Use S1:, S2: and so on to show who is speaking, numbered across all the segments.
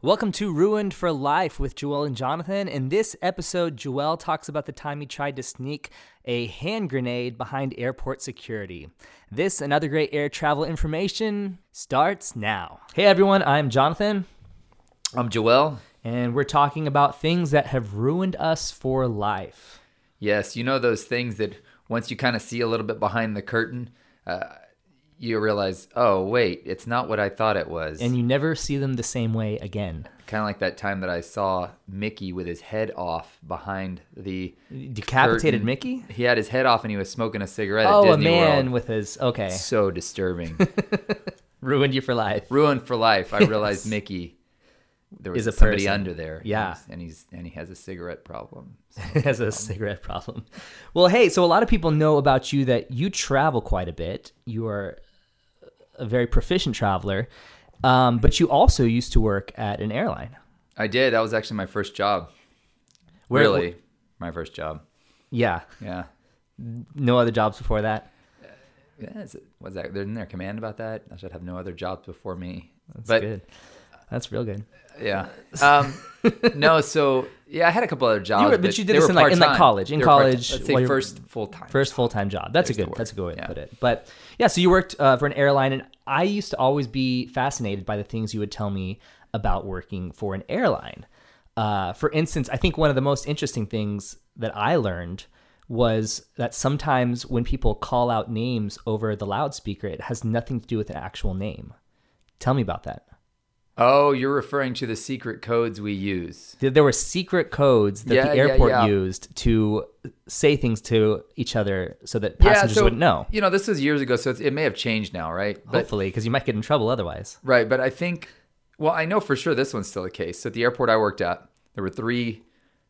S1: Welcome to Ruined for Life with Joel and Jonathan. In this episode, Joel talks about the time he tried to sneak a hand grenade behind airport security. This and other great air travel information starts now. Hey everyone, I'm Jonathan,
S2: I'm Joel.
S1: and we're talking about things that have ruined us for life.
S2: Yes, you know those things that once you kind of see a little bit behind the curtain, uh, you realize, oh wait, it's not what I thought it was.
S1: And you never see them the same way again.
S2: kind of like that time that I saw Mickey with his head off behind the.
S1: Decapitated
S2: Curtain.
S1: Mickey?
S2: He had his head off and he was smoking a cigarette at
S1: Oh, a
S2: Disney
S1: man
S2: World.
S1: with his. Okay.
S2: So disturbing.
S1: Ruined you for life.
S2: Ruined for life. I realized Mickey. There was
S1: Is a
S2: somebody
S1: person.
S2: under there.
S1: Yeah.
S2: and he's and he has a cigarette problem.
S1: has a cigarette problem. Well, hey, so a lot of people know about you that you travel quite a bit. You are a very proficient traveler, um, but you also used to work at an airline.
S2: I did. That was actually my first job.
S1: Where-
S2: really, my first job.
S1: Yeah,
S2: Yeah.
S1: no other jobs before that.
S2: Yeah, is it, was that there in their command about that? I should have no other jobs before me.
S1: That's
S2: but
S1: good. That's real good.
S2: yeah, um, no. So yeah, I had a couple other jobs.
S1: were- but you did
S2: they
S1: this
S2: were
S1: in, like- in, like,
S2: part-time.
S1: college, in
S2: They were part-time.
S1: college,
S2: Let's
S1: while
S2: say
S1: you're-
S2: first full time.
S1: First full time job. That's a
S2: There's the
S1: good.
S2: word.
S1: That's a good way to
S2: Yeah.
S1: put it. But yeah, so you worked uh, for an airline, and I used to always be fascinated by the things you would tell me about working for an airline. Uh, for instance, I think one of the most interesting things that I learned was that sometimes when people call out names over the loudspeaker, it has nothing to do with the actual name. Tell me about that.
S2: Oh, you're referring to the secret codes we use.
S1: There there were secret codes that
S2: Yeah,
S1: the
S2: yeah,
S1: airport
S2: yeah.
S1: used to say things to each other so that passengers
S2: so,
S1: wouldn't know.
S2: You know, this was years ago, so it's, it may have changed now, right? But
S1: Hopefully, because you might get in trouble otherwise.
S2: Right, but I think, well, I know for sure this one's still the case. So at the airport I worked at, there were three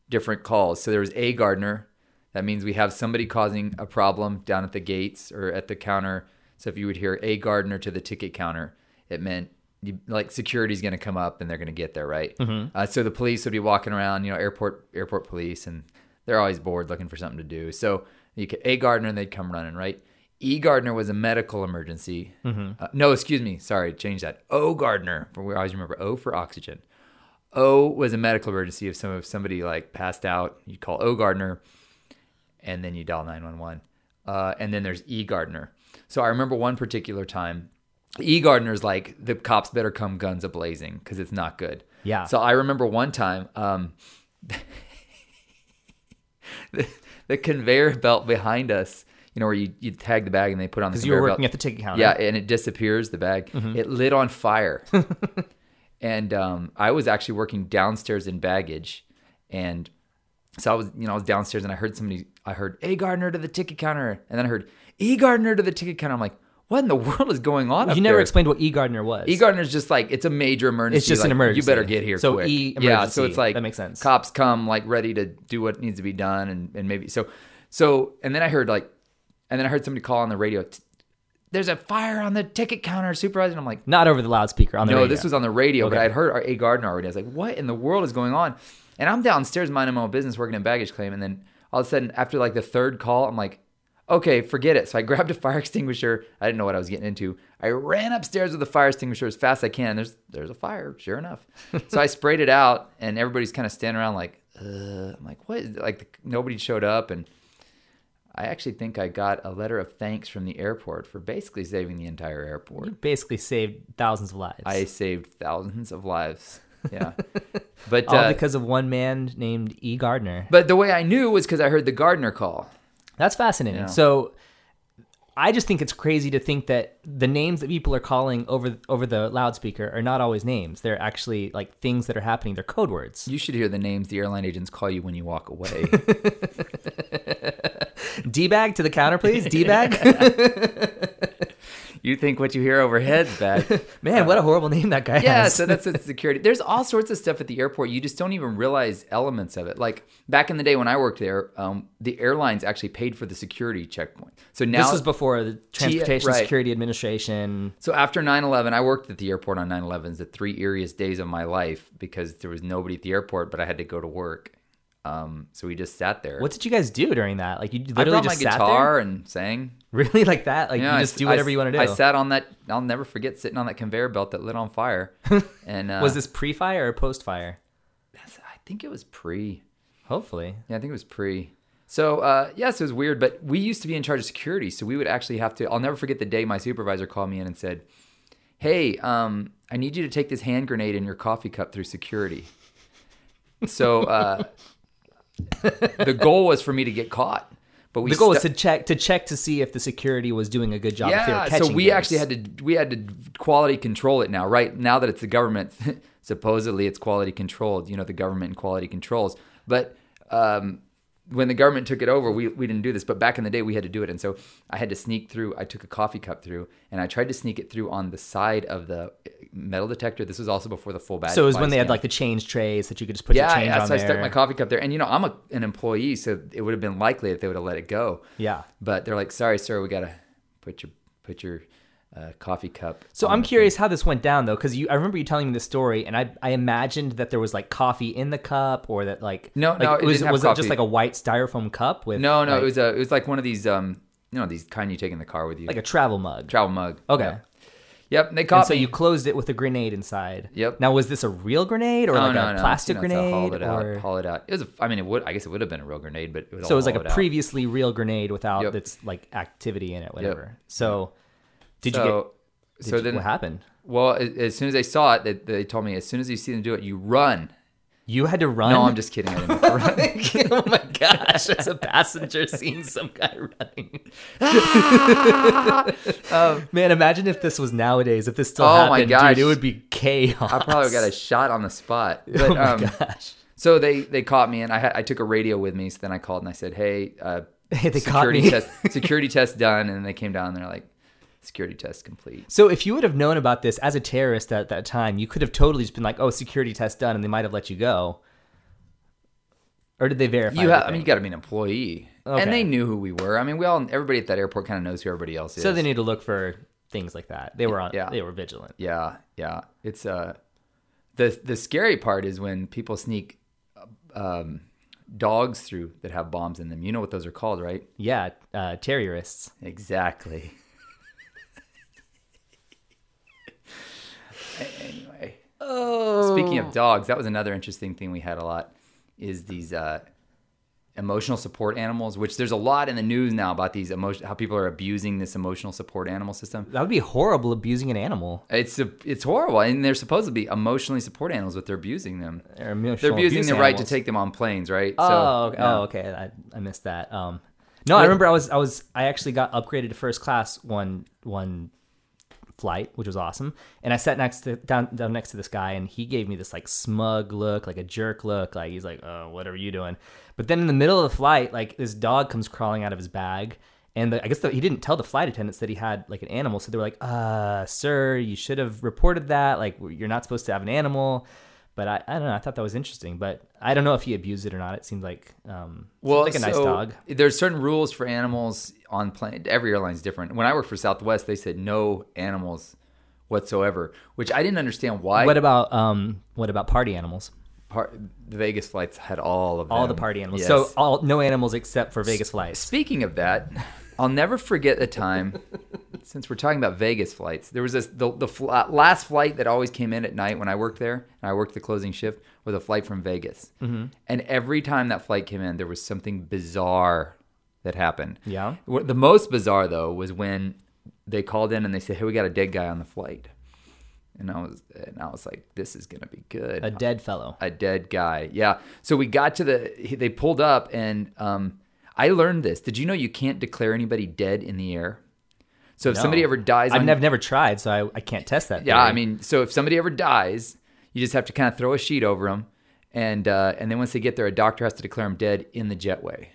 S2: different calls. So there was a gardener. That means we have somebody causing a problem down at the gates or at the counter. So if you would hear a gardener to the ticket counter, it meant you, like security's going to come up and they're going to get there, right? Uh, so the police would be walking around, you know, airport airport police, and they're always bored looking for something to do. So you could, a gardener, and they'd come running, right? E Gardner was a medical emergency.
S1: Mm-hmm.
S2: Uh, no, excuse me. Sorry, change that. O Gardner, for we always remember O for oxygen. O was a medical emergency. If some if somebody like passed out, you call O Gardner, and then you dial nine one one. And then there's E Gardner. So I remember one particular time, E Gardner's like the cops better come guns a blazing because it's not good.
S1: Yeah.
S2: So I remember one time. Um, the, the conveyor belt behind us, you know, where you, you tag the bag and they put on the
S1: Because you were
S2: conveyor belt.
S1: working at the ticket counter.
S2: Yeah, and it disappears the bag.
S1: Mm-hmm.
S2: It lit on fire, and um, I was actually working downstairs in baggage, and so I was, you know, I was downstairs and I heard somebody. I heard a gardener to the ticket counter, and then I heard e gardener to the ticket counter. I'm like, what in the world is going on? up
S1: You never
S2: there?
S1: explained what e-gardener was.
S2: E gardener's just like it's a major emergency.
S1: It's just an
S2: like,
S1: emergency.
S2: You better get here.
S1: So
S2: quick.
S1: E
S2: Yeah,
S1: emergency.
S2: so it's like
S1: That makes sense.
S2: Cops come like ready to do what needs to be done, and and maybe so so. And then I heard like, and then I heard somebody call on the radio. "T- There's a fire on the ticket counter, supervisor. And I'm like,
S1: Not over the loudspeaker on the
S2: no,
S1: radio.
S2: this was on the radio, but
S1: Okay.
S2: I'd heard our A Gardener already. I was like, what in the world is going on? And I'm downstairs minding my own business, working in baggage claim, and then all of a sudden, after like the third call, I'm like, okay, forget it. So I grabbed a fire extinguisher. I didn't know what I was getting into. I ran upstairs with a fire extinguisher as fast as I can. There's there's a fire, sure enough. so I sprayed it out, and everybody's kind of standing around like, uh, I'm like, what? is- Like nobody showed up, and I actually think I got a letter of thanks from the airport for basically saving the entire airport.
S1: You basically saved thousands of lives.
S2: I saved thousands of lives. Yeah, but
S1: all
S2: uh,
S1: because of one man named E. Gardner.
S2: but the way I knew was because I heard the gardener call.
S1: That's fascinating.
S2: Yeah.
S1: So I just think it's crazy to think that the names that people are calling over over the loudspeaker are not always names. They're actually like things that are happening. They're code words.
S2: You should hear the names the airline agents call you when you walk away.
S1: D bag to the counter, please. D bag.
S2: you think what you hear overhead's bad.
S1: Man, what a horrible name that guy
S2: Yeah,
S1: has.
S2: so that's the security. There's all sorts of stuff at the airport. You just don't even realize elements of it. Like back in the day when I worked there, um, the airlines actually paid for the security checkpoint. So now
S1: this was before the Transportation
S2: right.
S1: Security Administration.
S2: So after 9/11, I worked at the airport on 9/11s, the three eeriest days of my life because there was nobody at the airport, but I had to go to work. Um, so we just sat there.
S1: What did you guys do during that? Like you
S2: I
S1: literally
S2: brought my
S1: just sat there,
S2: guitar and sang.
S1: really like that. Like
S2: Yeah,
S1: you
S2: I
S1: just
S2: s-
S1: do
S2: I
S1: whatever
S2: s-
S1: you want to do.
S2: I sat on that. I'll never forget sitting on that conveyor belt that lit on fire. and uh,
S1: was this pre-fire or post-fire?
S2: I think it was pre.
S1: Hopefully,
S2: Yeah, I think it was pre. So uh, yes, it was weird, but we used to be in charge of security, so we would actually have to. I'll never forget the day my supervisor called me in and said, "Hey, um, I need you to take this hand grenade in your coffee cup through security." So uh, the goal was for me to get caught, but we
S1: the goal was
S2: stu-
S1: to check to check to see if the security was doing a good job. if they were
S2: yeah. So
S1: catching
S2: we
S1: things.
S2: actually had to we had to quality control it now. Right now that it's the government, supposedly it's quality controlled. You know, the government and quality controls, but. Um, when the government took it over, we, we didn't do this, but back in the day we had to do it. And so I had to sneak through. I took a coffee cup through and I tried to sneak it through on the side of the eh, metal detector. This was also before the full badge.
S1: So it was when
S2: device
S1: they had
S2: came out
S1: like the change trays that you could just put your change
S2: yeah,
S1: on
S2: so
S1: there.
S2: I stuck my coffee cup there, and you know I'm a, an employee, so it would have been likely that they would have let it go.
S1: Yeah.
S2: but they're like, "Sorry, sir, we gotta put your put your uh, coffee cup."
S1: So
S2: on
S1: I'm
S2: the
S1: curious how this went down though, because you I remember you telling me this story, and I I imagined that there was like coffee in the cup, or that like
S2: No,
S1: like,
S2: no,
S1: it
S2: it
S1: was
S2: didn't have
S1: was it just
S2: coffee.
S1: like a white styrofoam cup with
S2: thing." No, no,
S1: like,
S2: it was a it was like one of these um you know these kind you take in the car with you,
S1: like a travel mug.
S2: travel mug.
S1: Okay.
S2: Yeah. Yep, and they
S1: and
S2: caught
S1: so
S2: me.
S1: you closed it with a grenade inside.
S2: Yep.
S1: Now was this a real grenade or
S2: No,
S1: like
S2: no,
S1: a
S2: no,
S1: plastic
S2: you know, it's all
S1: grenade?
S2: hollowed out,
S1: or-
S2: hollowed out. It was. A, I mean, it would. I guess it would have been a real grenade, but it was
S1: so it was like
S2: all
S1: a
S2: hollowed out.
S1: previously real grenade without
S2: Yep.
S1: its like activity in it, whatever. So did you
S2: So,
S1: get
S2: so
S1: did you-
S2: then,
S1: what happened?
S2: well, as, as soon as they saw it, they, they told me, as soon as you see them do it, you run.
S1: You had to run.
S2: No, I'm just kidding. I didn't have to run.
S1: oh my gosh! As a passenger, seeing some guy running. Man, imagine if this was nowadays. If this still
S2: Um, Oh my
S1: happened,
S2: gosh.
S1: dude, it would be chaos.
S2: I probably got a shot on the spot. But,
S1: oh my
S2: um,
S1: gosh!
S2: So they they caught me, and I had, I took a radio with me. So then I called and I said, "Hey, uh,
S1: Hey, they caught
S2: security
S1: me.
S2: test security test done." And they came down and they're like, "Security test complete."
S1: So if you would have known about this as a terrorist at that time, you could have totally just been like, "Oh, security test done," and they might have let you go. Or did they verify?
S2: You have, I mean,
S1: everything?
S2: you got to be an employee,
S1: Okay.
S2: and they knew who we were. I mean, we all everybody at that airport kind of knows who everybody else is.
S1: so they need to look for things like that. They were on.
S2: Yeah.
S1: They were vigilant.
S2: yeah, yeah. It's uh, the the scary part is when people sneak um, dogs through that have bombs in them. You know what those are called, right?
S1: Yeah, uh, terrorists.
S2: Exactly. anyway,
S1: Oh,
S2: speaking of dogs, that was another interesting thing we had a lot is these uh, emotional support animals, which there's a lot in the news now about these emotion how people are abusing this emotional support animal system.
S1: that would be horrible abusing an animal.
S2: It's a, it's horrible, and they're supposed to be emotionally support animals, but they're abusing them.
S1: Or emotional
S2: They're abusing
S1: abuse
S2: the right to
S1: animals.
S2: take them on planes, right?
S1: Oh, okay.
S2: yeah.
S1: oh, okay. I, I missed that. Um, no, I remember I was I was I actually got upgraded to first class one one flight, which was awesome. And I sat next to down down next to this guy, and he gave me this like smug look, like a jerk look, like he's like, "Oh, what are you doing?" But then in the middle of the flight, like this dog comes crawling out of his bag. And the, I guess the, he didn't tell the flight attendants that he had like an animal, so they were like, "Uh, sir, you should have reported that. Like, you're not supposed to have an animal." But I, I don't know. I thought that was interesting, but I don't know if he abused it or not. It seemed like um, seemed like a nice
S2: so
S1: dog.
S2: There's certain rules for animals on plane. Every airline's different. When I worked for Southwest, they said no animals whatsoever, which I didn't understand why.
S1: What about um, what about party animals?
S2: Par- the Vegas flights had all of
S1: All
S2: them.
S1: the party animals.
S2: Um, Yes.
S1: So all no animals except for Vegas flights.
S2: Speaking of that, I'll never forget the time. since we're talking about Vegas flights, there was this the, the fl- uh, last flight that always came in at night when I worked there, and I worked the closing shift was a flight from Vegas. And every time that flight came in, there was something bizarre that happened.
S1: Yeah.
S2: What- The most bizarre though was when they called in and they said, "Hey, we got a dead guy on the flight," and I was and I was like, "This is gonna be good."
S1: A dead fellow.
S2: a dead guy. Yeah. So we got to the he- they pulled up and um I learned this. Did you know you can't declare anybody dead in the air? So if
S1: No.
S2: somebody ever dies
S1: I've
S2: on
S1: never, never tried, so I, I can't test that.
S2: Yeah,
S1: theory.
S2: I mean, so if somebody ever dies, you just have to kind of throw a sheet over them and uh and then once they get there a doctor has to declare them dead in the jetway.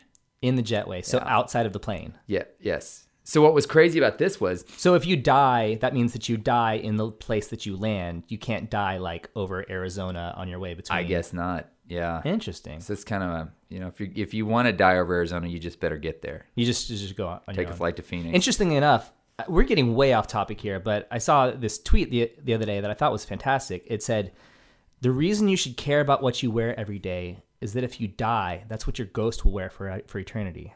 S1: in the jetway, so outside of the plane.
S2: Yeah, yes. So what was crazy about this was
S1: So if you die, that means that you die in the place that you land. You can't die like over Arizona on your way between.
S2: I guess not. Yeah.
S1: Interesting.
S2: So it's kind of a, you know, if you if you want to die over Arizona, you just better get there.
S1: you just you just go on. on
S2: Take
S1: your
S2: a
S1: own.
S2: flight to Phoenix.
S1: Interestingly enough, we're getting way off topic here, but I saw this tweet the, the other day that I thought was fantastic. It said, The reason you should care about what you wear every day is that if you die, that's what your ghost will wear for for eternity.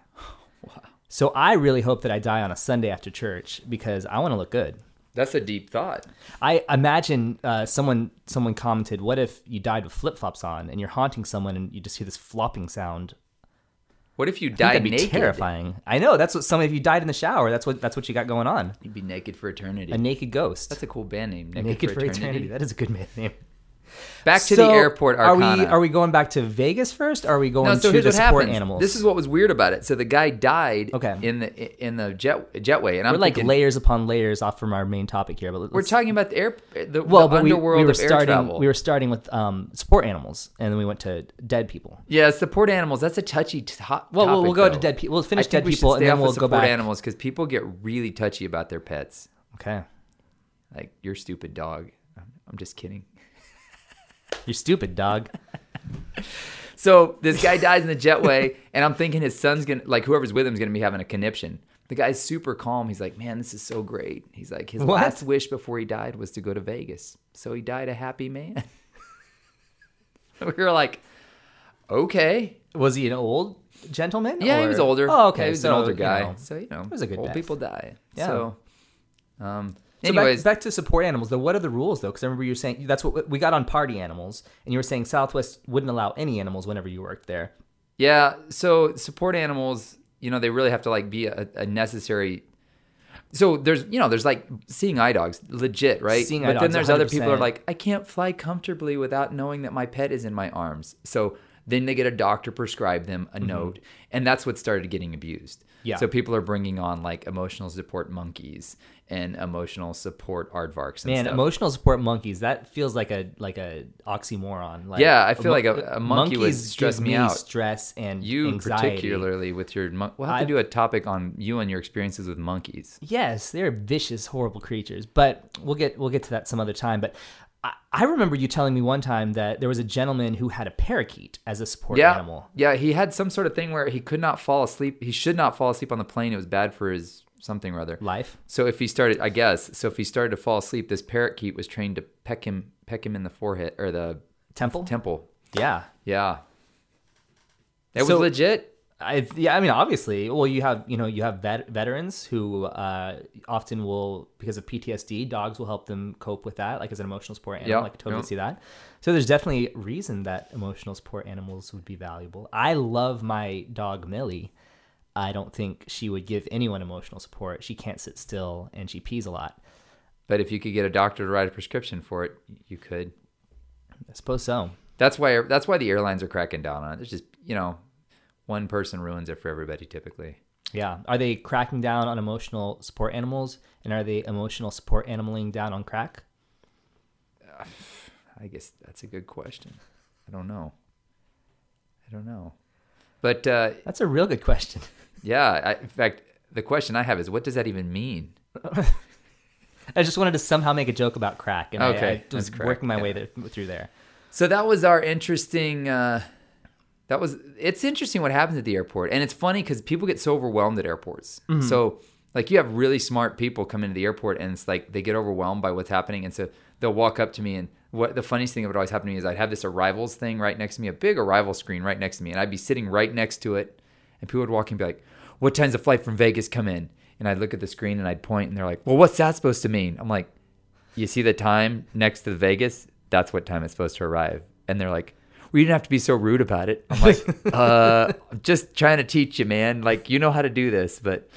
S1: So I really hope that I die on a Sunday after church because I want to look good.
S2: That's a deep thought.
S1: I imagine uh, someone someone commented, "What if you died with flip flops on and you're haunting someone and you just hear this flopping sound?"
S2: What if you
S1: I think
S2: died
S1: that'd be
S2: naked?
S1: terrifying. I know that's what some of you died in the shower. That's what that's what you got going on.
S2: You'd be naked for eternity.
S1: A naked ghost.
S2: That's a cool band name. Naked,
S1: naked, for eternity. That is a good man name.
S2: Back to
S1: So,
S2: the airport. Arcana.
S1: Are we are we going back to Vegas first? Or are we going
S2: No, so
S1: to
S2: here's
S1: the
S2: what
S1: sport
S2: happened.
S1: animals?
S2: This is what was weird about it. So the guy died.
S1: Okay.
S2: In the in the jet jetway, and I'm
S1: we're like
S2: thinking,
S1: layers upon layers off from our main topic here. But let's,
S2: we're talking about the air, the,
S1: well,
S2: the
S1: but we, we
S2: underworld
S1: were
S2: of air
S1: starting
S2: travel.
S1: we were starting with um, sport animals, and then we went to dead people.
S2: yeah, support animals. That's a touchy to-
S1: Well, we'll, we'll
S2: topic,
S1: go to
S2: though.
S1: dead people. We'll
S2: I
S1: finish
S2: think
S1: dead
S2: we should
S1: people, and
S2: stay
S1: then
S2: off of
S1: we'll go
S2: support
S1: back.
S2: animals because people get really touchy about their pets.
S1: Okay,
S2: Like your stupid dog. I'm- I'm just kidding.
S1: you're stupid, dog.
S2: So this guy dies in the jetway, and I'm thinking his son's gonna, like whoever's with him, is gonna be having a conniption. The guy's super calm. He's like, "Man, this is so great." He's like, his
S1: What?
S2: last wish before he died was to go to Vegas, so he died a happy man. we were like, "Okay,
S1: Was he an old gentleman?
S2: yeah, he
S1: or-
S2: was older.
S1: Oh, okay,
S2: Yeah, he was
S1: so,
S2: an older
S1: you
S2: guy.
S1: know.
S2: so you know, it
S1: was a good
S2: old
S1: death.
S2: people die.
S1: Yeah.
S2: So, um,
S1: So back-
S2: anyways,
S1: back, to support animals though. What are the rules though? Because I remember you were saying that's what we got on party animals, and you were saying Southwest wouldn't allow any animals whenever you worked there.
S2: Yeah. So support animals, you know, they really have to like be a, a necessary. So there's, you know, there's like seeing eye dogs, legit, right?
S1: Seeing eye
S2: but then
S1: dogs,
S2: there's other people who are
S1: 100%.
S2: like, I can't fly comfortably without knowing that my pet is in my arms. So then they get a doctor prescribe them a note, and that's what started getting abused.
S1: Mm-hmm. Yeah.
S2: So people are bringing on like emotional support monkeys and emotional support aardvarks and
S1: Man,
S2: stuff.
S1: emotional support monkeys. That feels like a like a oxymoron. Like,
S2: Yeah, I feel
S1: mo- uh,
S2: like a- a monkey would
S1: monkeys
S2: stress
S1: give
S2: me out.
S1: Stress and
S2: you
S1: anxiety.
S2: particularly with your mon- we'll have
S1: I've-
S2: to do a topic on you and your experiences with monkeys.
S1: Yes, they're vicious, horrible creatures. But we'll get we'll get to that some other time. But I, I remember you telling me one time that there was a gentleman who had a parakeet as a support
S2: yeah.
S1: animal.
S2: Yeah, he had some sort of thing where he could not fall asleep. He should not fall asleep on the plane. It was bad for his something or other.
S1: Life.
S2: So if he started, I guess, so if he started to fall asleep, this parakeet was trained to peck him, peck him in the forehead or the
S1: Temple.
S2: temple.
S1: yeah.
S2: Yeah, that
S1: So-
S2: was legit.
S1: I, yeah, I mean, obviously. Well, you have you know you have vet, veterans who uh, often will because of PTSD, dogs will help them cope with that, like as an emotional support animal.
S2: Yeah,
S1: I could totally
S2: yeah.
S1: see that. So there's definitely a reason that emotional support animals would be valuable. I love my dog Millie. I don't think she would give anyone emotional support. She can't sit still and she pees a lot.
S2: But if you could get a doctor to write a prescription for it, you could.
S1: I suppose so.
S2: That's why. That's why the airlines are cracking down on it. There's just you know, one person ruins it for everybody typically.
S1: Yeah. Are they cracking down on emotional support animals and are they emotional support animaling down on crack?
S2: I guess that's a good question. I don't know. I don't know. But uh,
S1: That's a real good question.
S2: yeah, I, in fact, the question I have is, what does that even mean?
S1: I just wanted to somehow make a joke about crack, and I-
S2: Okay,
S1: I, was
S2: that's crack,
S1: working my
S2: yeah.
S1: way there, through there.
S2: So that was our interesting. Uh, that was it's interesting what happens at the airport, and it's funny because people get so overwhelmed at airports. So like you have really smart people come into the airport, and it's like they get overwhelmed by what's happening, and so they'll walk up to me and. What the funniest thing that would always happen to me is I'd have this arrivals thing right next to me, a big arrival screen right next to me, and I'd be sitting right next to it, and people would walk in and be like, "What time's the flight from Vegas come in?" And I'd look at the screen and I'd point, and they're like, "Well, what's that supposed to mean?" I'm like, you see the time next to the Vegas, that's what time it's supposed to arrive. And they're like, we didn't have to be so rude about it. I'm like, uh, I'm just trying to teach you, man. Like, you know how to do this, but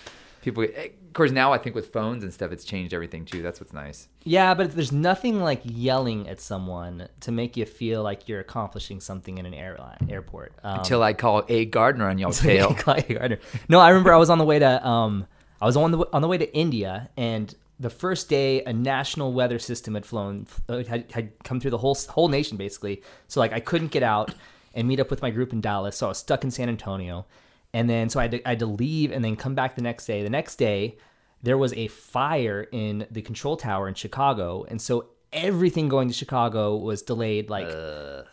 S2: people, eh, of course, now I think with phones and stuff, it's changed everything too. That's what's nice.
S1: Yeah, but there's nothing like yelling at someone to make you feel like you're accomplishing something in an airline airport. Um,
S2: Till I call a gardener on your tail.
S1: Clay Gardner. No, I remember I was on the way to um, I was on the on the way to India, and the first day a national weather system had flown uh, had, had come through the whole whole nation basically. So like I couldn't get out and meet up with my group in Dallas, so I was stuck in San Antonio, and then so I had to, I had to leave and then come back the next day. The next day there was a fire in the control tower in Chicago, and so everything going to Chicago was delayed like to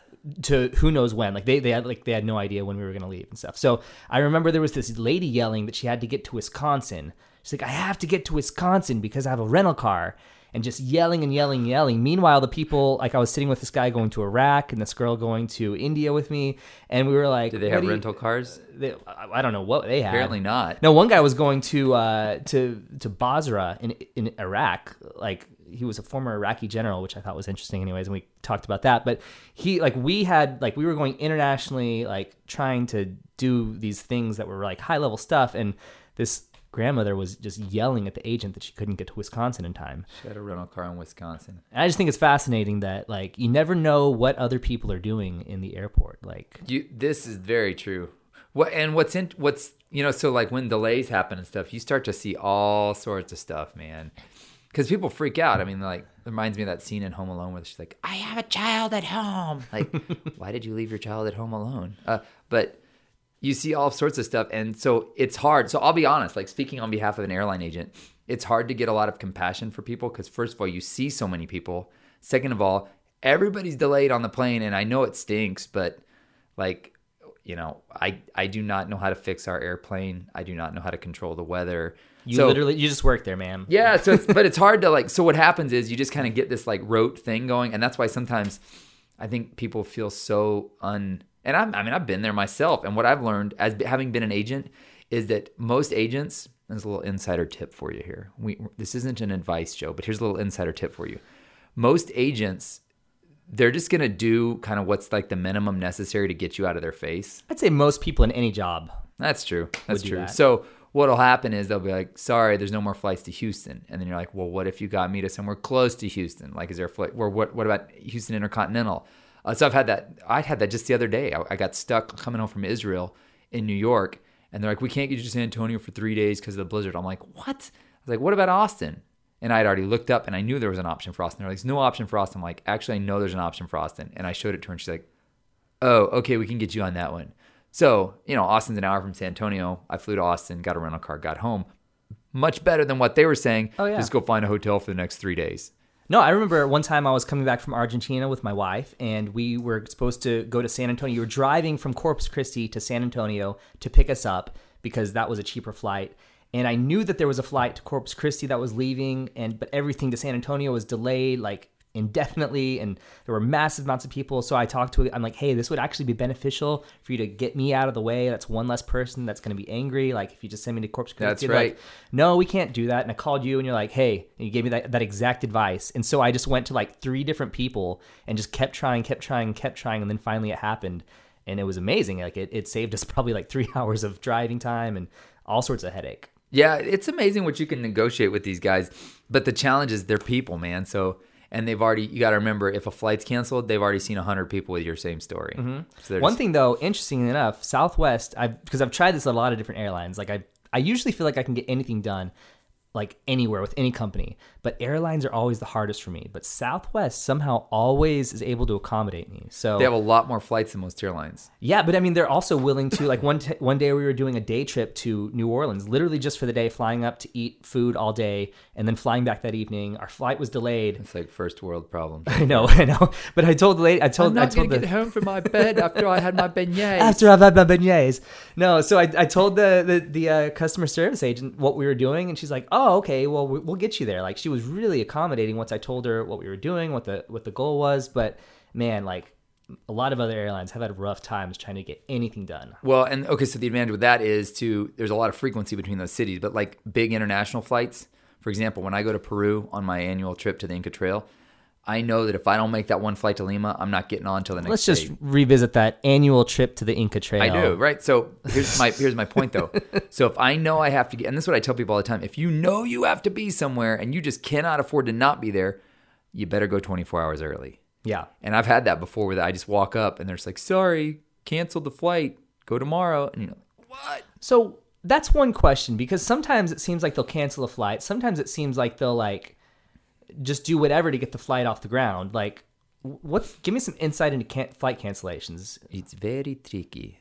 S1: who knows when. Like they, they had like they had no idea when we were gonna leave and stuff. So I remember there was this lady yelling that she had to get to Wisconsin. She's like, I have to get to Wisconsin because I have a rental car. and just yelling and yelling and yelling. Meanwhile, the people like I was sitting with this guy going to Iraq and this girl going to India with me, and we were like,
S2: Did they
S1: "What
S2: have
S1: do you-
S2: rental cars?
S1: They, I I don't know what they had.
S2: Apparently not.
S1: No, one guy was going to uh, to to Basra in in Iraq. Like he was a former Iraqi general, which I thought was interesting. Anyways, and we talked about that. But he like we had like we were going internationally, like trying to do these things that were like high level stuff, and this grandmother was just yelling at the agent that she couldn't get to Wisconsin in time.
S2: She had a rental car in Wisconsin.
S1: And I just think it's fascinating that like you never know what other people are doing in the airport. Like
S2: You, this is very true. What and what's in what's you know so like when delays happen and stuff, you start to see all sorts of stuff, man. Because people freak out. I mean, like it reminds me of that scene in Home Alone where she's like, "I have a child at home." Like, why did you leave your child at home alone? Uh, but you see all sorts of stuff, and so it's hard. So I'll be honest. Like speaking on behalf of an airline agent, it's hard to get a lot of compassion for people because first of all, you see so many people. Second of all, everybody's delayed on the plane, and I know it stinks, but like you know i i do not know how to fix our airplane i do not know how to control the weather
S1: you
S2: so,
S1: literally you just work there, ma'am.
S2: yeah so it's, but it's hard to like so what happens is you just kind of get this like rote thing going and that's why sometimes i think people feel so un and I'm, i mean i've been there myself and what i've learned as b- having been an agent is that most agents and there's a little insider tip for you here we this isn't an advice show but here's a little insider tip for you most agents they're just going to do kind of what's like the minimum necessary to get you out of their face
S1: I'd say most people in any job
S2: that's true. That's
S1: do
S2: true.
S1: that.
S2: So what'll happen is they'll be like, "Sorry, there's no more flights to Houston," and then you're like, "Well, what if you got me to somewhere close to Houston? Like, is there a flight? Or what? What about Houston Intercontinental?" Uh, so I've had that. I had that just the other day. I, I got stuck coming home from Israel in New York, and they're like, "We can't get you to San Antonio for three days because of the blizzard." I'm like, "What?" I was like, "What about Austin?" And I had already looked up, and I knew there was an option for Austin. They're like, "There's no option for Austin." I'm like, "Actually, I know there's an option for Austin," and I showed it to her, and she's like, oh, okay, we can get you on that one. So, you know, Austin's an hour from San Antonio. I flew to Austin, got a rental car, got home. Much better than what they were saying.
S1: Oh, yeah.
S2: Just go find a hotel for the next three days.
S1: No, I remember one time I was coming back from Argentina with my wife, and we were supposed to go to San Antonio. We were driving from Corpus Christi to San Antonio to pick us up because that was a cheaper flight. And I knew that there was a flight to Corpus Christi that was leaving, and but everything to San Antonio was delayed, like indefinitely and there were massive amounts of people so i talked to i'm like hey this would actually be beneficial for you to get me out of the way that's one less person that's going to be angry like if you just send me to corpse Christi
S2: That's
S1: They're like,
S2: right.
S1: no we can't do that and i called you and you're like hey and you gave me that, that exact advice and so i just went to like three different people and just kept trying kept trying kept trying and then finally it happened and it was amazing like it, it saved us probably like three hours of driving time and all sorts of headache
S2: Yeah, it's amazing what you can negotiate with these guys. But the challenge is they're people, man. So, and they've already, you got to remember if a flight's canceled, they've already seen 100 people with your same story. So they're
S1: One
S2: just-
S1: thing though, interesting enough, Southwest, I've because I've tried this at a lot of different airlines. Like I I usually feel like I can get anything done like anywhere with any company, but airlines are always the hardest for me. But Southwest somehow always is able to accommodate me. So
S2: they have a lot more flights than most airlines.
S1: yeah, but I mean, they're also willing to like one t- one day we were doing a day trip to New Orleans, literally just for the day, flying up to eat food all day and then flying back that evening. Our flight was delayed.
S2: It's like first world problems.
S1: I know, I know, but I told the lady, I told,
S2: I'm
S1: I
S2: not
S1: told
S2: going
S1: the
S2: to get home from my bed after I had my beignet.
S1: after I've had my beignets. No, so I, I told the the, the uh, customer service agent what we were doing, and she's like, "Oh, okay, well we- we'll get you there." Like she was really accommodating once I told her what we were doing, what the what the goal was. But man, like a lot of other airlines have had rough times trying to get anything done.
S2: Well, and okay, so the advantage with that is to there's a lot of frequency between those cities, but like big international flights, for example, when I go to Peru on my annual trip to the Inca Trail, I know that if I don't make that one flight to Lima, I'm not getting on till the next.
S1: Let's just
S2: day.
S1: revisit that annual trip to the Inca Trail.
S2: I do, right? So here's my here's my point though. So if I know I have to get, and this is what I tell people all the time: if you know you have to be somewhere and you just cannot afford to not be there, you better go 24 hours early.
S1: Yeah.
S2: And I've had that before where I just walk up and they're just like, "Sorry, canceled the flight. Go tomorrow." And you know, what?
S1: So that's one question because sometimes it seems like they'll cancel a flight. Sometimes it seems like they'll like just do whatever to get the flight off the ground. Like, what's give me some insight into can- flight cancellations?
S2: It's very tricky.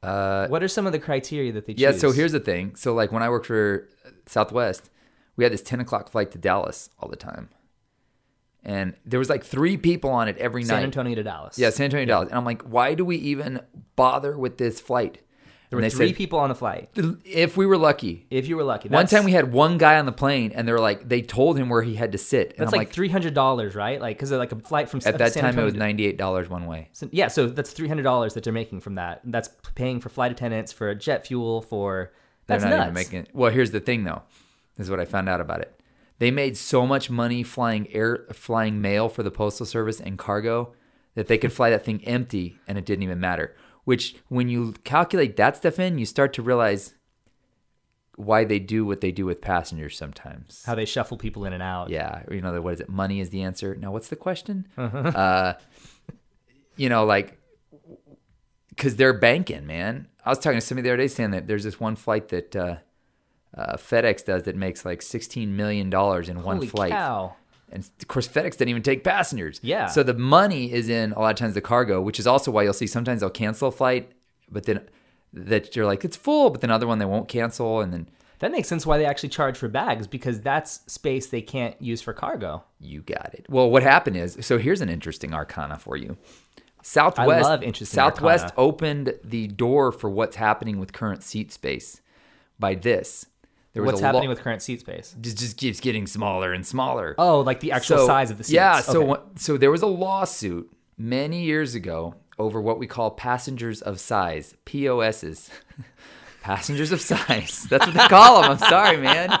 S1: what are some of the criteria that they choose?
S2: Uh, Yeah, so here's the thing. So like when I worked for Southwest, we had this ten o'clock flight to Dallas all the time. And there was like three people on it every
S1: San
S2: night.
S1: Antonio to Dallas.
S2: Yeah, San Antonio Dallas. And I'm like, why do we even bother with this flight?
S1: There were
S2: And they
S1: three
S2: said-
S1: people on the flight.
S2: If we were lucky.
S1: If you were lucky,
S2: One
S1: That's-
S2: time we had one guy on the plane and they were like, they told him where he had to sit. And
S1: that's
S2: I'm
S1: like,
S2: like,
S1: three hundred dollars, right? Like because like a flight from
S2: at that
S1: San
S2: time it
S1: Antonio to-
S2: was $98 one way.
S1: So- yeah, so that's three hundred dollars that they're making from that. That's paying for flight attendants, for jet fuel, for
S2: They're
S1: that's
S2: not
S1: nuts.
S2: even making it. Well, here's the thing though. This is what I found out about it. They made so much money flying air flying mail for the postal service and cargo that they could fly that thing empty and it didn't even matter. Which when you calculate that stuff in, you start to realize why they do what they do with passengers sometimes.
S1: How they shuffle people in and out.
S2: Yeah, you know what is it? Money is the answer. Now, what's the question?
S1: Uh-huh.
S2: Uh, you know, like because they're banking, man. I was talking to somebody the other day saying that there's this one flight that uh, uh, FedEx does that makes like sixteen million dollars in one
S1: Holy
S2: flight,
S1: cow!
S2: and of course FedEx doesn't even take passengers.
S1: Yeah.
S2: so the money is in a lot of times the cargo, which is also why you'll see sometimes they'll cancel a flight, but then that you're like it's full, but then other one they won't cancel, and then
S1: That makes sense why they actually charge for bags because that's space they can't use for cargo.
S2: You got it. Well, what happened is so here's an interesting arcana for you. Southwest
S1: love interesting
S2: Southwest
S1: arcana.
S2: opened the door for what's happening with current seat space by this. There
S1: What's
S2: a lo-
S1: happening with current seat space?
S2: just just keeps getting smaller and smaller.
S1: Oh, like the actual
S2: So-
S1: size of the seats.
S2: Yeah, so
S1: Okay.
S2: what- so there was a lawsuit many years ago over what we call passengers of size, POSs. passengers of size. That's what they call them. I'm sorry, man.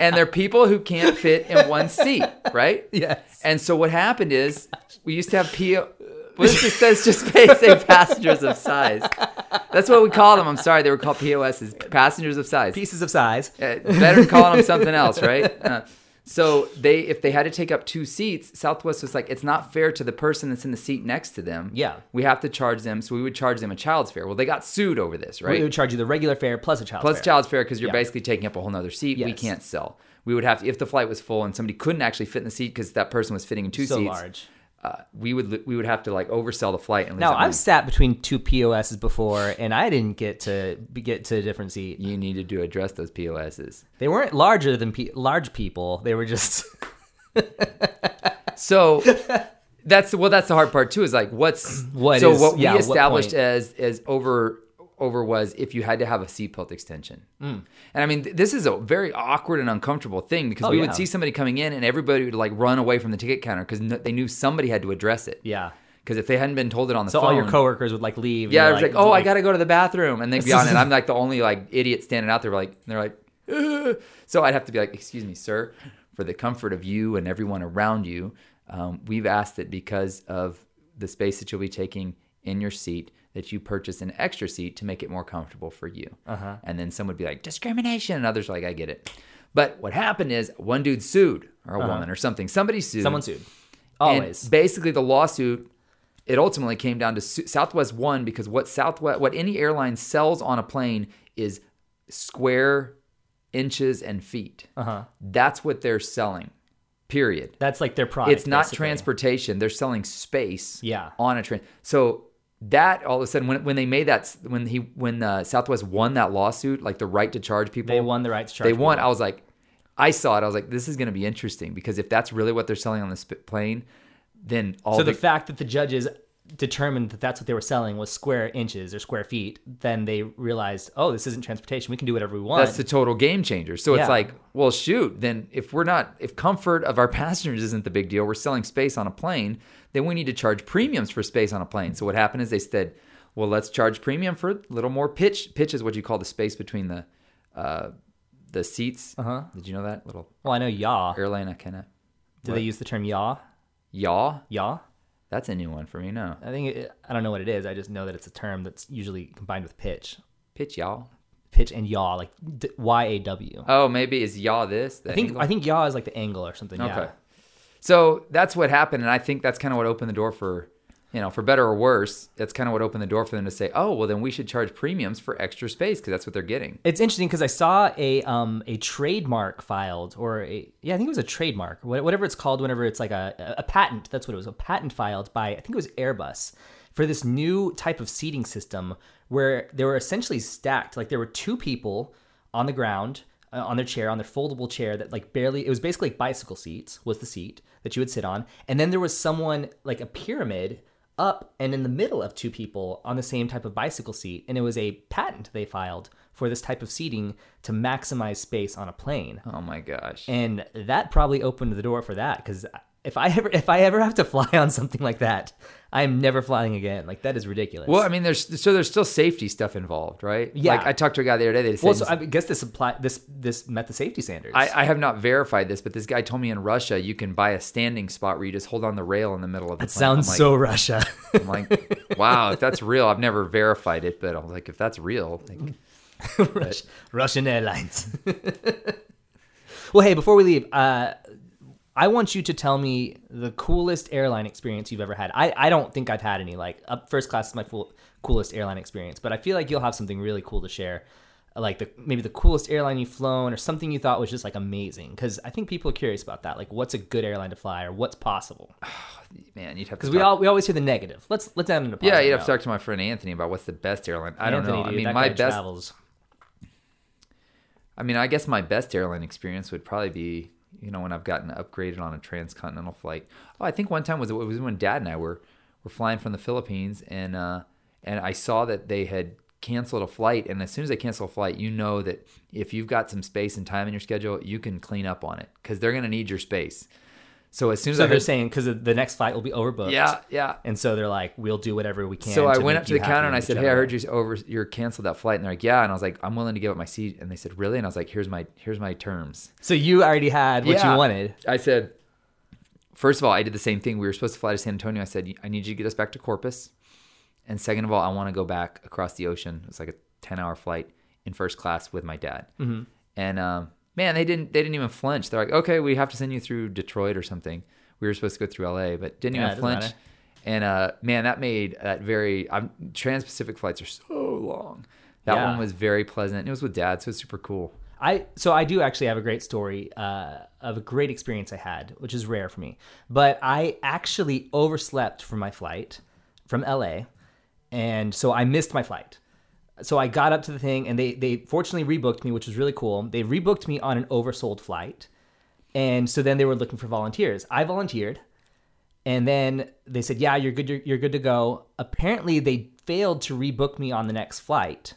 S2: and they're people who can't fit in one seat, right?
S1: Yes.
S2: And so what happened is we used to have PO. Well, this just says just basic passengers of size. That's what we call them. I'm sorry, they were called POSs, passengers of size.
S1: pieces of size.
S2: Uh, better than calling them something else, right? Uh, so they, if they had to take up two seats, Southwest was like, it's not fair to the person that's in the seat next to them.
S1: Yeah.
S2: we have to charge them. So we would charge them a child's fare. Well, they got sued over this,
S1: We
S2: right?
S1: would charge you the regular fare plus a child.
S2: Plus
S1: fare.
S2: child's fare because you're
S1: Yeah.
S2: basically taking up a whole nother seat. We
S1: Yes.
S2: can't sell. We would have to if the flight was full and somebody couldn't actually fit in the seat because that person was fitting in two
S1: so
S2: seats.
S1: large.
S2: Uh, we would li- we would have to like oversell the flight and lose
S1: Now
S2: that money.
S1: I've sat between two POSs before, and I didn't get to get to a different seat.
S2: you needed to address those POSs.
S1: They weren't larger than pe- large people. They were just
S2: So that's well, that's the hard part too. Is like what's
S1: What
S2: so
S1: is-
S2: what we
S1: yeah, what
S2: established
S1: point?
S2: as as over over was if you had to have a seatbelt extension.
S1: Hmm.
S2: And I mean, th- this is a very awkward and uncomfortable thing because
S1: Oh,
S2: we
S1: yeah.
S2: would see somebody coming in and everybody would like run away from the ticket counter because no, they knew somebody had to address it.
S1: yeah.
S2: Because if they hadn't been told it on the
S1: So
S2: phone,
S1: all your coworkers would like leave. and
S2: yeah,
S1: you're
S2: I was like, oh, I gotta go to the bathroom, and they'd be on it. I'm like the only like idiot standing out there, like and they're like, "Ugh." so I'd have to be like, excuse me, sir, for the comfort of you and everyone around you, um, we've asked that because of the space that you'll be taking in your seat, that you purchase an extra seat to make it more comfortable for you. Uh-huh. And then some would be like discrimination, and others are like, I get it. But what happened is one dude sued, or a woman, or something. Somebody sued.
S1: Someone sued.
S2: And
S1: Always.
S2: basically, the lawsuit it ultimately came down to Su- Southwest won because what Southwest, what any airline sells on a plane is square inches and feet. Uh-huh. That's what they're selling. Period.
S1: That's like their product.
S2: It's not
S1: basically.
S2: transportation. They're selling space.
S1: Yeah.
S2: On a train. So that all of a sudden, when, when they made that, when he, when uh, Southwest won that lawsuit, like the right to charge people,
S1: They won the right to charge.
S2: they
S1: people.
S2: won. I was like, I saw it. I was like, this is going to be interesting because if that's really what they're selling on this p- plane, then all
S1: So
S2: the,
S1: the fact that the judges determined that that's what they were selling was square inches or square feet, then they realized, oh, this isn't transportation. We can do whatever we want.
S2: that's the total game changer. So
S1: Yeah.
S2: it's like, well, shoot. Then if we're not, if comfort of our passengers isn't the big deal, we're selling space on a plane. Then we need to charge premiums for space on a plane. So what happened is they said, well, let's charge premium for a little more pitch. Pitch is what you call the space between the uh, the seats. Uh-huh. Did you know that little
S1: well, Oh, I know yaw.
S2: airline? I kind of
S1: Do they use the term yaw?
S2: yaw.
S1: Yaw?
S2: That's a new one for me. No
S1: I think it, I don't know what it is. I just know that it's a term that's usually combined with pitch,
S2: pitch y'all.
S1: pitch and yaw, like d- Y A W.
S2: Oh, maybe is yaw this.
S1: I think I think yaw is like the angle or something.
S2: Okay.
S1: Yeah.
S2: So that's what happened, and I think that's kind of what opened the door for, you know, for better or worse. That's kind of what opened the door for them to say, oh, well, then we should charge premiums for extra space because that's what they're getting.
S1: It's interesting because I saw a um a trademark filed or a yeah I think it was a trademark wha- whatever it's called whenever it's like a a patent that's what it was a patent filed by I think it was Airbus for this new type of seating system where they were essentially stacked like there were two people on the ground uh, on their chair on their foldable chair that like barely it was basically like bicycle seats was the seat that you would sit on and then there was someone like a pyramid up and in the middle of two people on the same type of bicycle seat. And it was a patent they filed for this type of seating to maximize space on a plane.
S2: Oh my gosh.
S1: And that probably opened the door for that because if I ever if I ever have to fly on something like that, I am never flying again. Like that is ridiculous.
S2: well, I mean, there's so there's still safety stuff involved, right?
S1: Yeah.
S2: Like I talked to a guy the other day. They said
S1: Well, so I guess this apply this this met the safety standards.
S2: I, I have not verified this, but this guy told me in Russia you can buy a standing spot where you just hold on the rail in the middle of the
S1: That
S2: plane. I'm
S1: sounds
S2: like-
S1: so Russia.
S2: I'm like, wow, if that's real, I've never verified it, but I'm like, if that's real,
S1: Mm.
S2: like,
S1: Rush, Russian Airlines. well, hey, before we leave, uh, I want you to tell me the coolest airline experience you've ever had. I, I don't think I've had any. Like, up first class is my full, coolest airline experience, but I feel like you'll have something really cool to share. Like the maybe the coolest airline you've flown, or something you thought was just like amazing. Because I think people are curious about that. Like, what's a good airline to fly, or what's possible?
S2: man, you'd have to
S1: Because we
S2: talk-
S1: all we always hear the negative. Let's let's end on a
S2: yeah,
S1: positive
S2: you'd have to
S1: note.
S2: talk to my friend Anthony about what's the best airline. I don't
S1: Anthony,
S2: know.
S1: dude,
S2: I mean,
S1: that
S2: my
S1: guy
S2: best.
S1: travels.
S2: I mean, I guess my best airline experience would probably be, you know, when I've gotten upgraded on a transcontinental flight. Oh, I think one time was it was when Dad and I were were flying from the Philippines, and uh, and I saw that they had canceled a flight. And as soon as they cancel a flight, you know that if you've got some space and time in your schedule, you can clean up on it because they're going to need your space. So as soon as
S1: So
S2: I
S1: they're
S2: heard,
S1: saying because the next flight will be overbooked.
S2: yeah, yeah,
S1: And so they're like, we'll do whatever we can.
S2: So I
S1: to
S2: went
S1: make
S2: up to
S1: you
S2: the counter
S1: happy
S2: and I
S1: with
S2: said,
S1: each
S2: "Hey, I
S1: other."
S2: heard you over you're canceled that flight." And they're like, "Yeah." And I was like, "I'm willing to give up my seat." And they said, "Really?" And I was like, "Here's my here's my terms."
S1: So you already had what
S2: Yeah.
S1: you wanted.
S2: I said, first of all, I did the same thing. We were supposed to fly to San Antonio. I said, "I need you to get us back to Corpus." And second of all, I want to go back across the ocean. It's like a ten-hour flight in first class with my dad. Mm-hmm. And um, man, they didn't they didn't even flinch. They're like, "Okay, we have to send you through Detroit or something." We were supposed to go through LA, but didn't
S1: Yeah, it doesn't
S2: even flinch.
S1: matter.
S2: And uh, man, that made that very I'm, trans-Pacific flights are so long. That
S1: Yeah.
S2: one was very pleasant. And it was with dad, so it's super cool.
S1: I so I do actually have a great story uh, of a great experience I had, which is rare for me. But I actually overslept for my flight from LA, and so I missed my flight. So I got up to the thing, and they they fortunately rebooked me, which was really cool. They rebooked me on an oversold flight, and so then they were looking for volunteers. I volunteered, and then they said, "Yeah, you're good. You're, you're good to go." Apparently, they failed to rebook me on the next flight.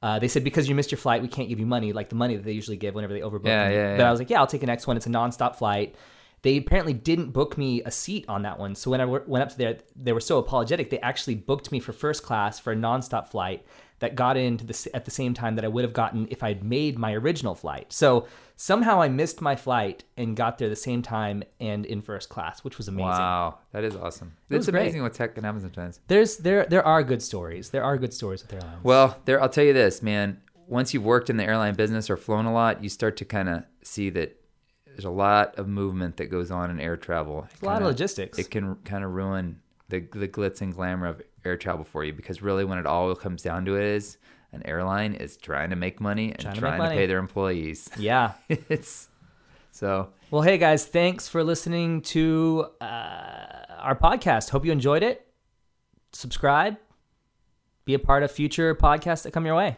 S1: Uh, they said because you missed your flight, we can't give you money, like the money that they usually give whenever they overbook.
S2: Yeah,
S1: me.
S2: yeah,
S1: But
S2: yeah.
S1: I was like, "Yeah, I'll take the next one. It's a nonstop flight." They apparently didn't book me a seat on that one. So when I w- went up to there, they were so apologetic. They actually booked me for first class for a nonstop flight that got into the s- at the same time that I would have gotten if I'd made my original flight. So somehow I missed my flight and got there the same time and in first class, which was amazing.
S2: Wow, that is awesome.
S1: was
S2: It's
S1: great.
S2: amazing what tech can happen sometimes.
S1: There's there there are good stories. There are good stories with airlines.
S2: Well, there I'll tell you this, man. Once you've worked in the airline business or flown a lot, you start to kind of see that there's a lot of movement that goes on in air travel.
S1: a lot of logistics.
S2: It can kind of ruin the the glitz and glamour of air travel for you because really when it all comes down to it is an airline is trying to make money and
S1: Trying
S2: trying
S1: to
S2: to,
S1: make money.
S2: pay their employees.
S1: yeah.
S2: it's so
S1: Well, hey guys, thanks for listening to uh, our podcast. Hope you enjoyed it. Subscribe. Be a part of future podcasts that come your way.